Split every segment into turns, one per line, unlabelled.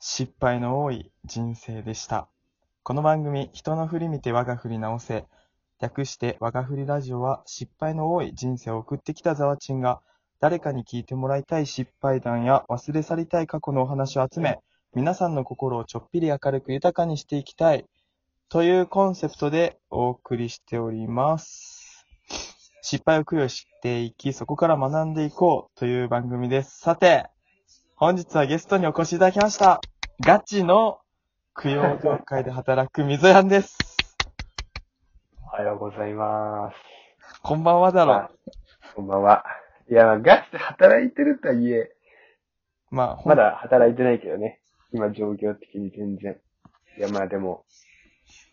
失敗の多い人生でした。この番組、人の振り見て我が振り直せ。略して我が振りラジオは失敗の多い人生を送ってきたザワチンが誰かに聞いてもらいたい失敗談や忘れ去りたい過去のお話を集め、皆さんの心をちょっぴり明るく豊かにしていきたいというコンセプトでお送りしております。失敗を供養していき、そこから学んでいこうという番組です。さて、本日はゲストにお越しいただきました。ガチの供養業界で働くみぞやんです。
おはようございます。
こんばんはだろ。
こんばんは。いや、ガチで働いてるとはいえ、
まあ、ほん
まだ働いてないけどね。今、状況的に全然。いや、まあでも、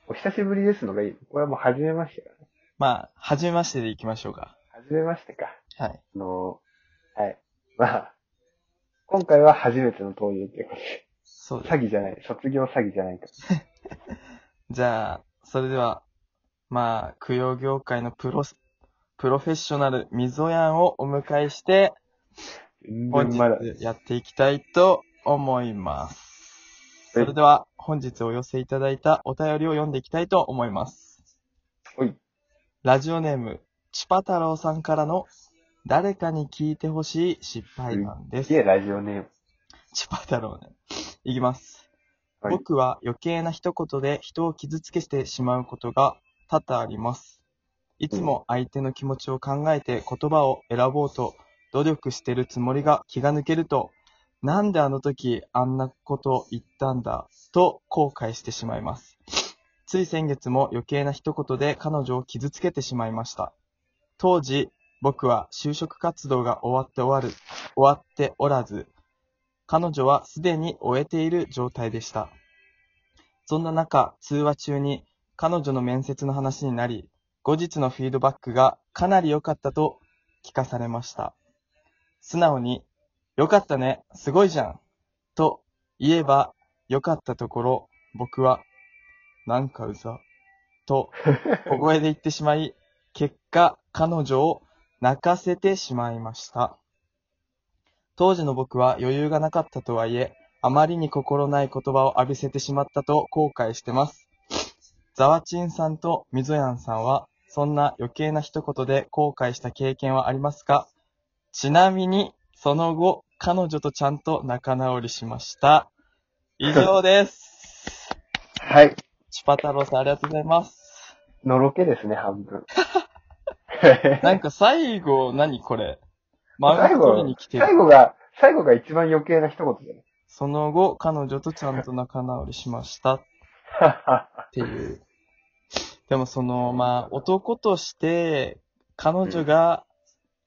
お久しぶりですのがいい。これはもう初めましてだね。
まあ、はじめましてでいきましょうか。
初めましてか。
はい。
あの、はい。まあ、今回は初めての登場っていうこ
そう
と
です。
で。詐欺じゃない。卒業詐欺じゃないか。
じゃあ、それでは、まあ、供養業界のプロス、プロフェッショナル、みぞやんをお迎えして、
全
本
然
日
まだ。
やっていきたいと思います。それでは、本日お寄せいただいたお便りを読んでいきたいと思います。
おい。
ラジオネーム、チパ太郎さんからの、誰かに聞いてほしい失敗談です
い。や、ラジオネーム。
チパ太郎ね。いきます。
はい
僕は余計な一言で人を傷つけてしまうことが多々あります。いつも相手の気持ちを考えて言葉を選ぼうと努力してるつもりが気が抜けると、なんであの時あんなことを言ったんだと後悔してしまいます。つい先月も余計な一言で彼女を傷つけてしまいました。当時、僕は就職活動が終わって終わる、終わっておらず、彼女はすでに終えている状態でした。そんな中、通話中に彼女の面接の話になり、後日のフィードバックがかなり良かったと聞かされました。素直に、良かったね、すごいじゃん、と言えば良かったところ、僕は、なんかうざ、と小声で言ってしまい、結果、彼女を泣かせてしまいました。当時の僕は余裕がなかったとはいえ、あまりに心ない言葉を浴びせてしまったと後悔してます。ザワチンさんとみぞやんさんは、そんな余計な一言で後悔した経験はありますかちなみに、その後、彼女とちゃんと仲直りしました。以上です。
はい。
チュパ太郎さん、ありがとうございます。
のろけですね、半分。
なんか最後、何これマウント取りに来てる
最。後が、最後が一番余計な一言じ ゃない
その後、彼女とちゃんと仲直りしましたっ
はは
ていう。でもその、まあ、男として、彼女が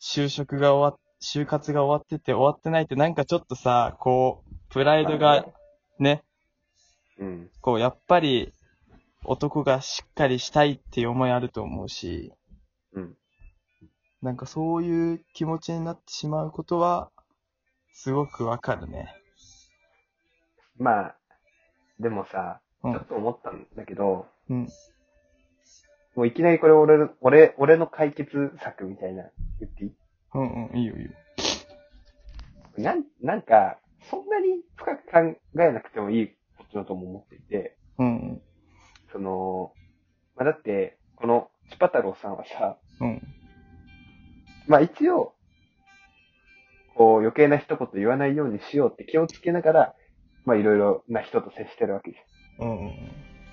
就職が終わっ、就活が終わってて終わってないってなんかちょっとさ、こう、プライドがね、
うん。
こう、やっぱり男がしっかりしたいっていう思いあると思うし、
うん。
なんかそういう気持ちになってしまうことは、すごくわかるね。
まあ、でもさ、
うん
ちょっと思ったんだけど、
うん。
もういきなりこれ俺の、俺、俺の解決策みたいな、言っていい
うんうん、いいよいいよ。
なん、なんか、そんなに深く考えなくてもいいことだとも思っていて、
うん
その、まあ、だって、この、チュパ太郎さんはさ、
うん、うん。
まあ一応、こう余計な一言言わないようにしようって気をつけながら、まあいろいろな人と接してるわけです。
うんうん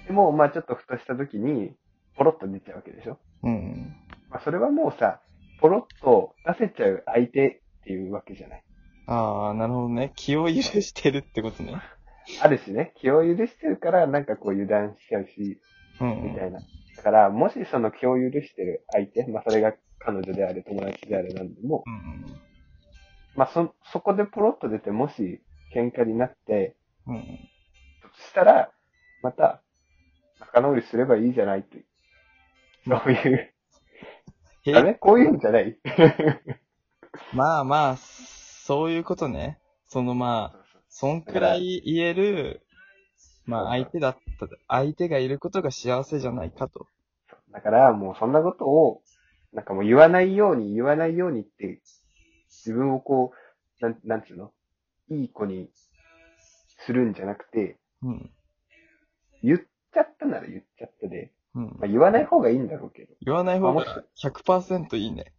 でも、まあちょっとふとした時に、ポロッと出ちゃうわけでしょ
うん。
まあそれはもうさ、ポロッと出せちゃう相手っていうわけじゃない。
ああ、なるほどね。気を許してるってことね。
あるしね、気を許してるから、なんかこう油断しちゃうし、
うんう
みた
ん。
いな。だから、もしその気を許してる相手、まあそれが彼女であれ、友達であれなんでも、
うん
まあそ、そこでポロッと出て、もし喧嘩になって、
うん。うん
したら、また、仲直りすればいいじゃないという。そういう、
へ
あれこういうんじゃない
まあまあ、そういうことね。そのまあ、そんくらい言える、まあ相手だった、相手がいることが幸せじゃないかと。
だから、もうそんなことを、なんかもう言わないように、言わないようにって、自分をこう、なん、なんつうのいい子にするんじゃなくて、
うん。
言っちゃったなら言っちゃったで、
うん
まあ、。言わない方がいいんだろうけど。
言わない
まあ
方
もし、
が100%いいね。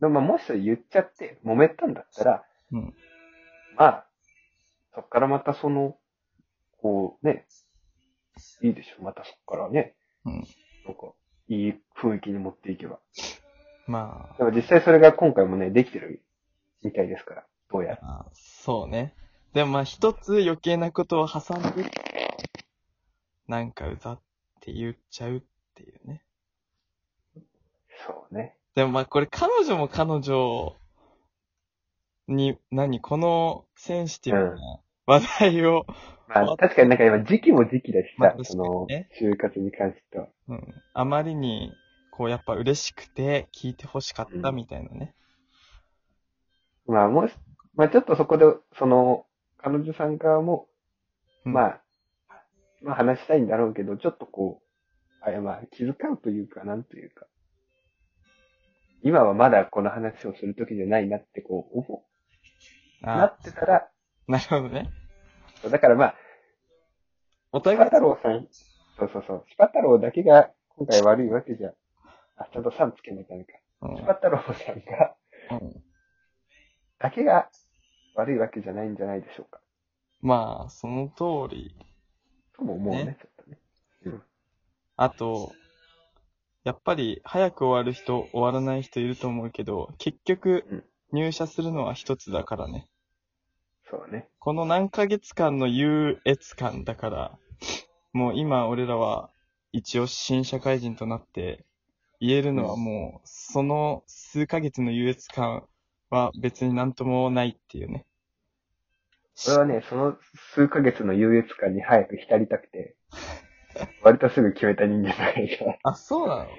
でもまあもし言っちゃって揉めたんだったら、
うん
まあ、そっからまたその、こうね、いいでしょ。またそっからね、
うん。
なんか、いい雰囲気に持っていけば。
ま
でも実際それが今回もね、できてるみたいですから、どうやら。
あ、そうね。でもまあ一つ余計なことを挟んで、なんかうざって言っちゃうっていうね。
そうね。
でもまあこれ彼女も彼女に、何このセンシティブな話題を、
まあ確かになんか今時期も時期だし
まあ
さ
確、か
そ
に
の
ね、
就活に関しては。
うん、あまりに、こうやっぱ嬉しくて聞いて欲しかった
うん
みたいなね。
まあもし、まあちょっとそこで、その、彼女さん側も、
うん
まあ、まあ話したいんだろうけど、ちょっとこう、あいやまあ気遣うというか、なんというか、今はまだこの話をする時じゃないなってこう、思う、な
あ
ってたら、
なるほどね。
だからまあ、
お
スパ
互い
太、郎さん、そうそうそう、スパ太郎だけが今回悪いわけじゃ、あ、ちゃんとさんつけないとダメか。
うん
スパ太郎さんが、
うん
だけが悪いわけじゃないんじゃないでしょうか。
まあ、その通り。
とも思うね、
ね
ちょっとね。
あと、やっぱり早く終わる人、終わらない人いると思うけど、結局
うん
入社するのは一つだからね。
そうね。
この何ヶ月間の優越感だから、もう今俺らは一応新社会人となって、言えるのはもう、その数ヶ月の優越感は別になんともないっていうね。
俺はね、その数ヶ月の優越感に早く浸りたくて、 割とすぐ決めた人間だから。
あ、そうなの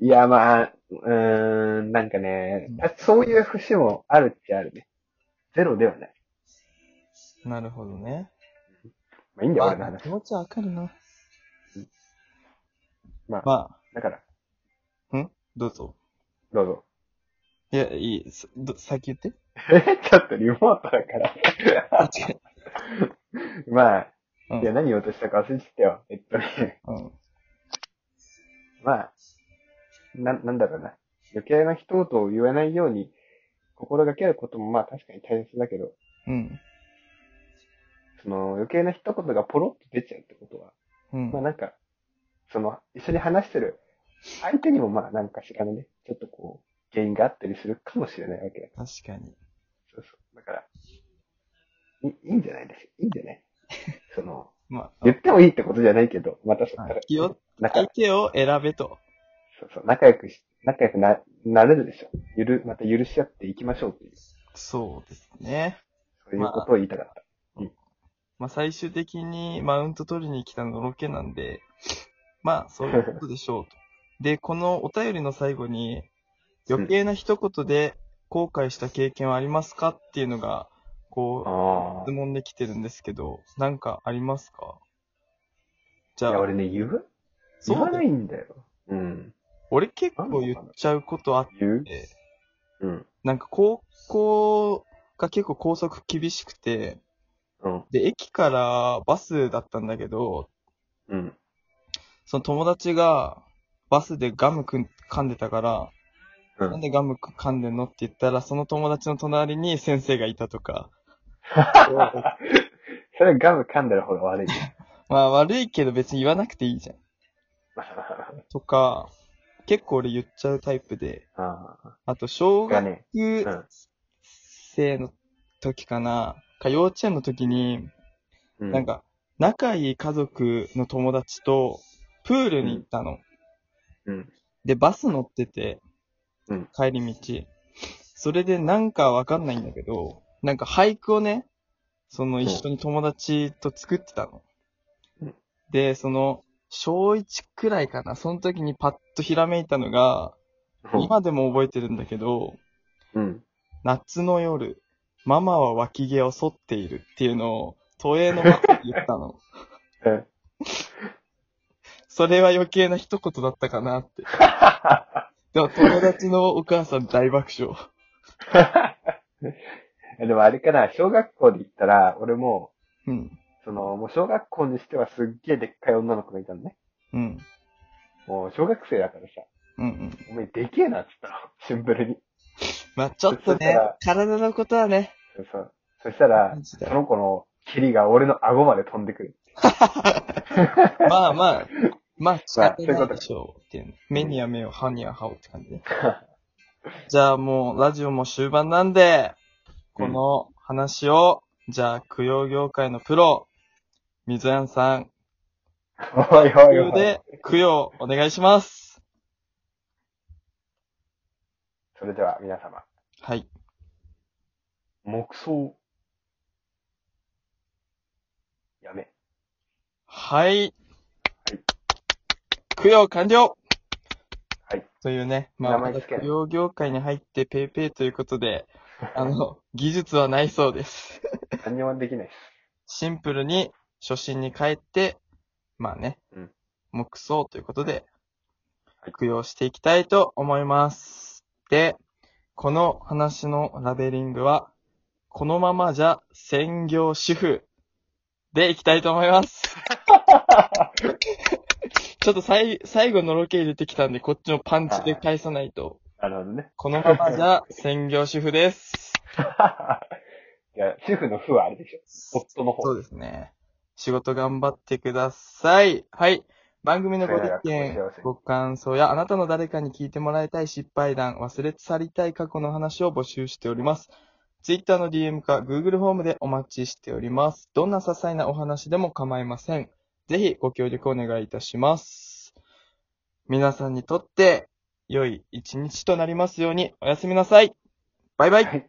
いや、まあ、うーん、なんかね、そういう節もあるっちゃあるね。ゼロではない。
なるほどね。
まあいいんだよ、俺の
あ
話
気。持ちわかるな。
まあ、
ま
だから、
あ、んどうぞ。
どうぞ。
いや、いい。すど先言って。
え、ちょっとリモートだから。 まあ、
うん
いや、何言おうとしたか忘れてたよ。えっとね、
うん。
まあ、な、なんだろうな。余計な一言を言わないように心がけることもまあ確かに大切だけど、
うん。
その余計な一言がポロッと出ちゃうってことは、
うん
まあ。なんか、その一緒に話してる相手にもまあなんかしらのね、ちょっとこう、原因があったりするかもしれないわけだか
確かに。
ら。そうそう。だから、いいいんじゃないですいいんじゃない その、
まあ
言ってもいいってことじゃないけど、またそこか
は
ら
い、気を、
仲
相手を選べと。
そうそう、仲良くし、仲良くな、なれるでしょ。ゆる、また許し合っていきましょうっていう、
そうですね。
そういうことを言いたかった。
まあ最終的にマウント取りに来たのロケなんで、まあそういうことでし ょうと。で、このお便りの最後に、余計な一言で後悔した経験はありますかっていうのが、こう、
あ
質問で来てるんですけど、なんかありますかじ
あ。い
ゃ
や、
あ、
俺ね、言う
そう
言わないんだよ。うん。
俺結構言っちゃうことあっ
言う
て、
うん。
なんか高校が結構高速厳しくて、
うん。
で、駅からバスだったんだけど、
うん。
その友達がバスでガムくん噛んでたから、
うん
なんでガム噛んでんのって言ったら、その友達の隣に先生がいたと か。
それはガム噛んだらほら悪い。
まあ悪いけど別に言わなくていいじゃん。とか、結構俺言っちゃうタイプで、
ああ。
あと小
が
学
ね、うん
生の時かな、か幼稚園の時に、
う
なん、か、仲いい家族の友達と、プールに行ったの。
うん。
で、バス乗ってて、
うん
帰り道。それでなんかわかんないんだけど、なんか俳句をね、その
うん
一緒に友達と作ってたの。
うん
で、その、小1くらいかな、その時にパッとひらめいたのが、今でも覚えてるんだけど、
うん。
夏の夜、ママは脇毛を剃っているっていうのを、都営のバスで言った の。
うん。
それは余計な一言だったかな って。でも友達のお母さん大爆笑。
でもあれかな、小学校で言ったら、俺も、
うん。
その、もう小学校にしてはすっげえでっかい女の子がいたのね。
うん。
もう小学生だからさ、
うんうん。
お前でけえなっつったの。シンプルに。
まあ、ちょっと
そした
ね
ら、
体のことはね、
そうそう。そしたら
マ、ジ
そ
で
の子の霧が俺の顎まで飛んでくる。
まあまあ、まあ、仕
まあ
方ないでしょうっていうね。目には目を、歯には歯をって感じね。じゃあもう、ラジオも終盤なんで、この話を、じゃあ、供養業界のプロ、水谷さん、
おいおいおい。
で供養お願いします。
それでは皆様、
はい。
黙想。やめ。
はい。供養完了
はい。
というね、まあ、
名
ま
前
だ
つけない
供養業界に入ってペイペイということで、あの、技術はないそうです。
何にもできないです。
シンプルに初心に帰って、まあね、
うん
黙想ということで
はい、
供養していきたいと思います。で、この話のラベリングは、このままじゃ専業主婦でいきたいと思います。 ちょっとさい最後のロケ入れてきたんで、こっちのパンチで返さないと。
なるほどね。
このままじゃ専業主婦です。
いや、主婦の夫はあれでしょ。夫の方。
そうですね。仕事頑張ってください。はい。番組のご意
それ
見
ではお幸せ、に
ご感想やあなたの誰かに聞いてもらいたい失敗談、忘れ去りたい過去の話を募集しております。Twitter の DM か Google フォームでお待ちしております。どんな些細なお話でも構いません。ぜひご協力お願いいたします。皆さんにとって良い一日となりますようにおやすみなさい。バイバイ。
はい。